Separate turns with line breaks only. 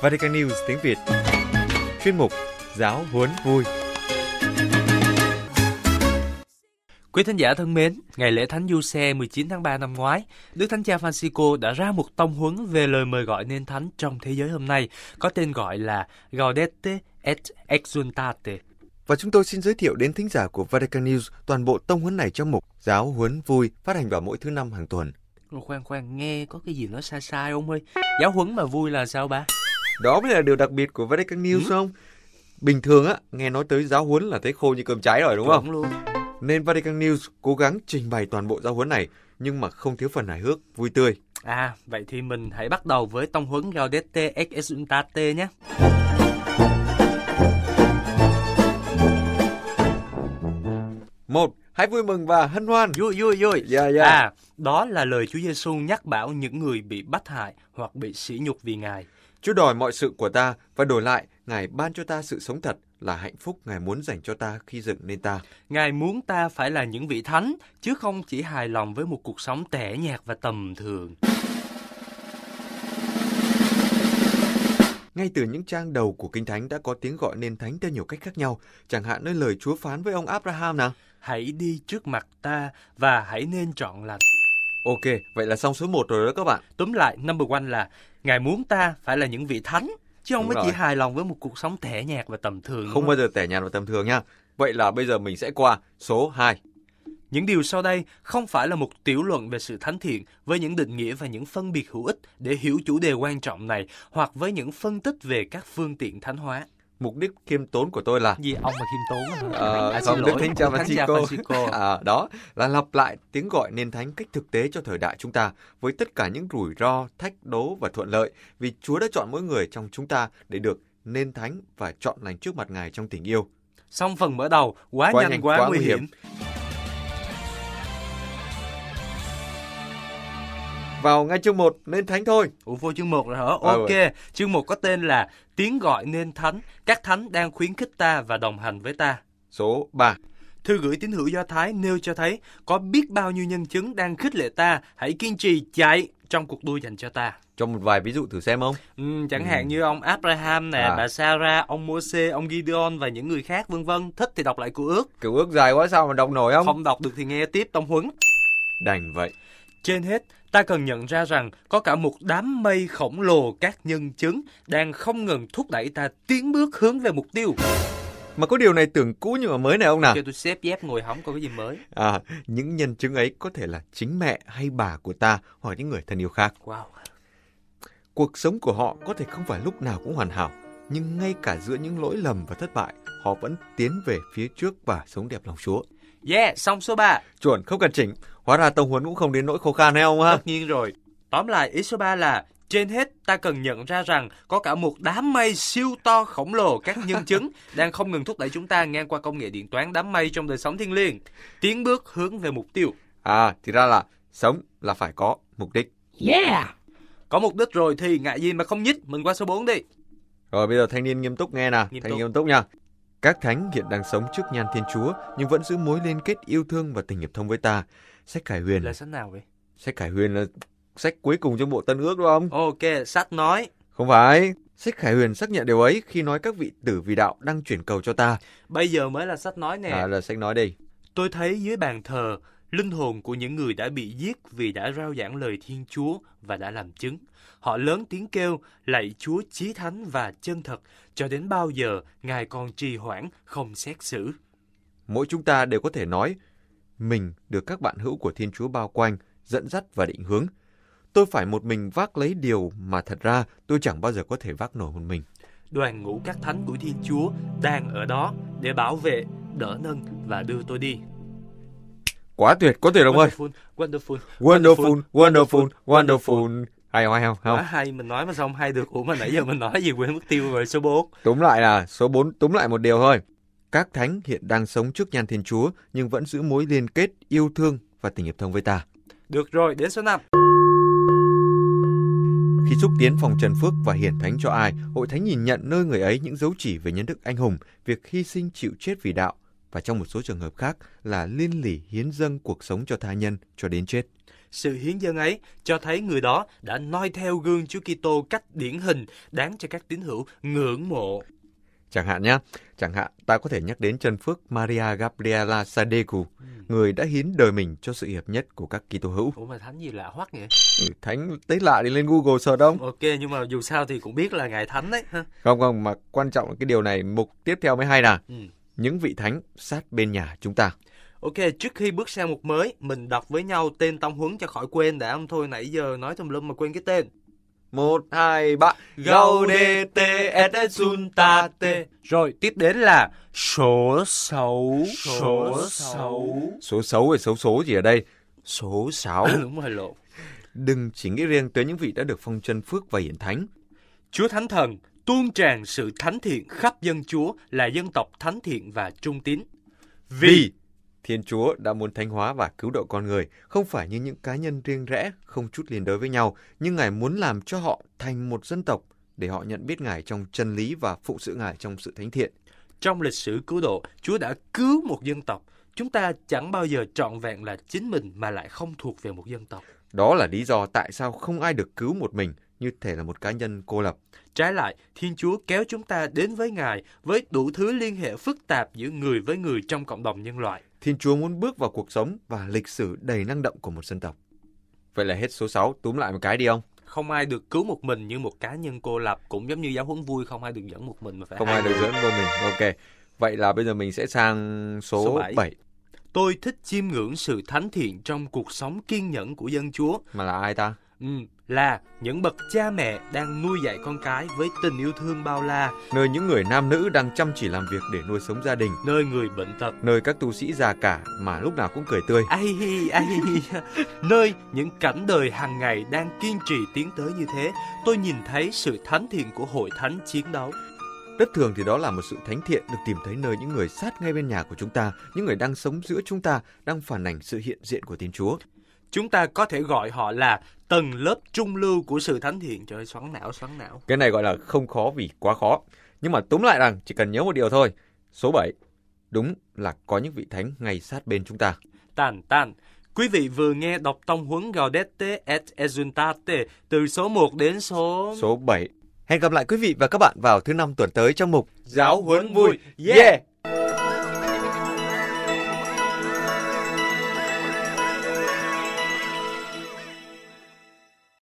Vatican News tiếng Việt. Chuyên mục Giáo huấn vui.
Quý thính giả thân mến, ngày lễ Thánh Du Xe 19 tháng 3 năm ngoái, Đức Thánh Cha Francisco đã ra một tông huấn về lời mời gọi nên thánh trong thế giới hôm nay, có tên gọi là Gaudete et Exultate.
Và chúng tôi xin giới thiệu đến thính giả của Vatican News toàn bộ tông huấn này trong mục Giáo huấn vui phát hành vào mỗi thứ năm hàng tuần.
Rồi khoan khoan, nghe có cái gì nó sai sai ông ơi. Giáo huấn mà vui là sao ba?
Đó mới là điều đặc biệt của Vatican News không? Bình thường á, nghe nói tới giáo huấn là thấy khô như cơm cháy rồi đúng không?
Chuẩn luôn.
Nên Vatican News cố gắng trình bày toàn bộ giáo huấn này nhưng mà không thiếu phần hài hước, vui tươi.
À, vậy thì mình hãy bắt đầu với tông huấn Gaudete et Exultate nhé.
Một, hãy vui mừng và hân hoan.
Vui vui vui.
Yeah, yeah.
À, đó là lời Chúa Giêsu nhắc bảo những người bị bắt hại hoặc bị sỉ nhục vì Ngài.
Chúa đòi mọi sự của ta và đổi lại, Ngài ban cho ta sự sống thật là hạnh phúc Ngài muốn dành cho ta khi dựng nên ta.
Ngài muốn ta phải là những vị thánh, chứ không chỉ hài lòng với một cuộc sống tẻ nhạt và tầm thường.
Ngay từ những trang đầu của Kinh Thánh đã có tiếng gọi nên thánh theo nhiều cách khác nhau, chẳng hạn nơi lời Chúa phán với ông Abraham nào.
Hãy đi trước mặt ta và hãy nên chọn lành.
Ok, vậy là xong số 1 rồi đó các bạn.
Tóm lại, number one là Ngài muốn ta phải là những vị thánh, chứ không
Đúng
mới chỉ
rồi.
hài lòng với một cuộc sống tẻ nhạt và tầm thường.
Không
đúng
bao giờ tẻ nhạt và tầm thường nha. Vậy là bây giờ mình sẽ qua số 2.
Những điều sau đây không phải là một tiểu luận về sự thánh thiện với những định nghĩa và những phân biệt hữu ích để hiểu chủ đề quan trọng này hoặc với những phân tích về các phương tiện thánh hóa.
Mục đích khiêm tốn của tôi là
Gì ông mà khiêm tốn hả?
Ờ,
à,
không,
xin
Đức
lỗi,
Thánh Cha
Đức Thánh Cha
Francisco.
Francisco.
à, đó là lặp lại tiếng gọi nên thánh cách thực tế cho thời đại chúng ta với tất cả những rủi ro, thách đố và thuận lợi vì Chúa đã chọn mỗi người trong chúng ta để được nên thánh và chọn lành trước mặt Ngài trong tình yêu.
Xong phần mở đầu, quá,
Quá
nhanh,
nhanh,
quá,
quá
nguy
nguy
hiểm.
hiểm. Vào ngay chương 1 nên thánh thôi.
Ủa vô chương 1 rồi hả?
Ờ,
Ok, chương 1 có tên là Tiếng gọi nên thánh, các thánh đang khuyến khích ta và đồng hành với ta.
Số 3.
Thư gửi tín hữu Do Thái nêu cho thấy có biết bao nhiêu nhân chứng đang khích lệ ta, hãy kiên trì chạy trong cuộc đua dành cho ta.
Cho một vài ví dụ thử xem không?
Ừ, chẳng
Ừ.
hạn như ông Abraham nè,
À.
bà Sarah, ông Moses, ông Gideon và những người khác vân vân. Thích thì đọc lại cựu ước,
Kiểu ước dài quá sao mà đọc nổi không?
không đọc được thì nghe tiếp tông huấn.
Đành vậy.
Trên hết, ta cần nhận ra rằng có cả một đám mây khổng lồ các nhân chứng đang không ngừng thúc đẩy ta tiến bước hướng về mục tiêu.
Mà có điều này tưởng cũ nhưng mà mới này ông nào?
Cho tôi xếp dép ngồi hóng coi có gì mới.
À, những nhân chứng ấy có thể là chính mẹ hay bà của ta hoặc những người thân yêu khác.
Wow.
Cuộc sống của họ có thể không phải lúc nào cũng hoàn hảo, nhưng ngay cả giữa những lỗi lầm và thất bại, họ vẫn tiến về phía trước và sống đẹp lòng Chúa.
Yeah, xong số 3.
Chuẩn không cần chỉnh, hóa ra tông huấn cũng không đến nỗi khô khan hay không ha?
Tất nhiên rồi. Tóm lại, ý số 3 là trên hết ta cần nhận ra rằng có cả một đám mây siêu to khổng lồ các nhân chứng đang không ngừng thúc đẩy chúng ta ngang qua công nghệ điện toán đám mây trong đời sống thiêng liêng, tiến bước hướng về mục tiêu.
À, thì ra là sống là phải có mục đích.
Yeah! Có mục đích rồi thì ngại gì mà không nhích, mình qua số 4 đi.
Rồi bây giờ thanh niên nghiêm túc nghe nè,
Nghiêm
thanh
túc.
niên nghiêm túc nha. Các thánh hiện đang sống trước nhan Thiên Chúa nhưng vẫn giữ mối liên kết yêu thương và tình hiệp thông với ta. Sách Khải Huyền,
Là sách nào vậy?
sách Khải Huyền là sách cuối cùng trong bộ Tân Ước đúng không?
Ok, sách nói.
Không phải, sách Khải Huyền xác nhận điều ấy khi nói các vị tử vì đạo đang chuyển cầu cho ta.
Bây giờ mới là sách nói nè.
À, là sách nói đây.
Tôi thấy dưới bàn thờ, linh hồn của những người đã bị giết vì đã rao giảng lời Thiên Chúa và đã làm chứng. Họ lớn tiếng kêu, lạy Chúa chí thánh và chân thật, cho đến bao giờ Ngài còn trì hoãn, không xét xử.
Mỗi chúng ta đều có thể nói, mình được các bạn hữu của Thiên Chúa bao quanh, dẫn dắt và định hướng. Tôi phải một mình vác lấy điều mà thật ra tôi chẳng bao giờ có thể vác nổi một mình.
Đoàn ngũ các thánh của Thiên Chúa đang ở đó để bảo vệ, đỡ nâng và đưa tôi đi.
Quá tuyệt, quá tuyệt ông ơi.
wonderful, wonderful.
Wonderful, wonderful, wonderful. Hay không, hay không?
Quá
Không.
hay, mình nói mà sao không hay được. Ủa mà nãy giờ mình nói gì quên mất tiêu rồi, số 4.
Túm lại là số 4, túm lại một điều thôi. Các thánh hiện đang sống trước nhan Thiên Chúa nhưng vẫn giữ mối liên kết, yêu thương và tình hiệp thông với ta.
Được rồi, đến số 5.
Khi xúc tiến phòng Trần Phước và hiển thánh cho ai, hội thánh nhìn nhận nơi người ấy những dấu chỉ về nhân đức anh hùng, việc hy sinh chịu chết vì đạo và trong một số trường hợp khác là liên lỉ hiến dâng cuộc sống cho tha nhân cho đến chết.
Sự hiến dâng ấy cho thấy người đó đã noi theo gương Chúa Kitô cách điển hình đáng cho các tín hữu ngưỡng mộ.
Chẳng hạn nhé, chẳng hạn ta có thể nhắc đến chân phước Maria Gabriela Sadeku, người đã hiến đời mình cho sự hiệp nhất của các Kitô hữu.
Ủa mà thánh gì lạ hoắc vậy?
Ừ, Thánh tế lạ đi lên Google sợ đông.
Ok nhưng mà dù sao thì cũng biết là ngài thánh đấy ha.
Không không, mà quan trọng là cái điều này mục tiếp theo mới hay nè.
Ừ.
Những vị thánh sát bên nhà chúng ta.
Ok, trước khi bước sang mục mới, mình đọc với nhau tên tông huấn cho khỏi quên đã ông thôi nãy giờ nói tùm lum mà quên cái tên.
Một, hai, ba.
Gaudete et exultate. Rồi, tiếp đến là số xấu,
số xấu.
Số xấu hay xấu số gì ở đây? Số sáu.
Đúng rồi lộ.
Đừng chỉ nghĩ riêng tới những vị đã được phong chân phước và hiển thánh.
Chúa Thánh Thần tuôn tràn sự thánh thiện khắp dân Chúa là dân tộc thánh thiện và trung tín.
Vì Thiên Chúa đã muốn thánh hóa và cứu độ con người, không phải như những cá nhân riêng rẽ, không chút liên đới với nhau, nhưng Ngài muốn làm cho họ thành một dân tộc để họ nhận biết Ngài trong chân lý và phụng sự Ngài trong sự thánh thiện.
trong lịch sử cứu độ, Chúa đã cứu một dân tộc. Chúng ta chẳng bao giờ trọn vẹn là chính mình mà lại không thuộc về một dân tộc.
Đó là lý do tại sao không ai được cứu một mình, như thể là một cá nhân cô lập.
Trái lại, Thiên Chúa kéo chúng ta đến với Ngài với đủ thứ liên hệ phức tạp giữa người với người trong cộng đồng nhân loại.
Thiên Chúa muốn bước vào cuộc sống và lịch sử đầy năng động của một dân tộc. Vậy là hết số 6, túm lại một cái đi ông.
Không ai được cứu một mình như một cá nhân cô lập, cũng giống như giáo huấn vui không ai được dẫn một mình mà phải
Không
hai
ai được
người.
dẫn vô mình. Ok. Vậy là bây giờ mình sẽ sang số,
Số bảy.
7.
Tôi thích chiêm ngưỡng sự thánh thiện trong cuộc sống kiên nhẫn của dân Chúa.
Mà là ai ta?
Ừ, là những bậc cha mẹ đang nuôi dạy con cái với tình yêu thương bao la,
Nơi những người nam nữ đang chăm chỉ làm việc để nuôi sống gia đình.
nơi người bệnh tật
Nơi các tu sĩ già cả mà lúc nào cũng cười tươi.
Ai hi, ai hi. Nơi những cảnh đời hàng ngày đang kiên trì tiến tới như thế, tôi nhìn thấy sự thánh thiện của hội thánh chiến đấu.
Rất thường thì đó là một sự thánh thiện được tìm thấy nơi những người sát ngay bên nhà của chúng ta, những người đang sống giữa chúng ta, đang phản ảnh sự hiện diện của Thiên Chúa.
Chúng ta có thể gọi họ là tầng lớp trung lưu của sự thánh thiện. Trời ơi, xoắn não, xoắn não.
Cái này gọi là không khó vì quá khó. Nhưng mà túm lại rằng chỉ cần nhớ một điều thôi. Số 7. Đúng là có những vị thánh ngay sát bên chúng ta.
Tàn tàn. Quý vị vừa nghe đọc tông huấn Gaudete et Exultate từ số 1 đến số...
Số 7. Hẹn gặp lại quý vị và các bạn vào thứ năm tuần tới trong mục
Giáo huấn vui.
Yeah!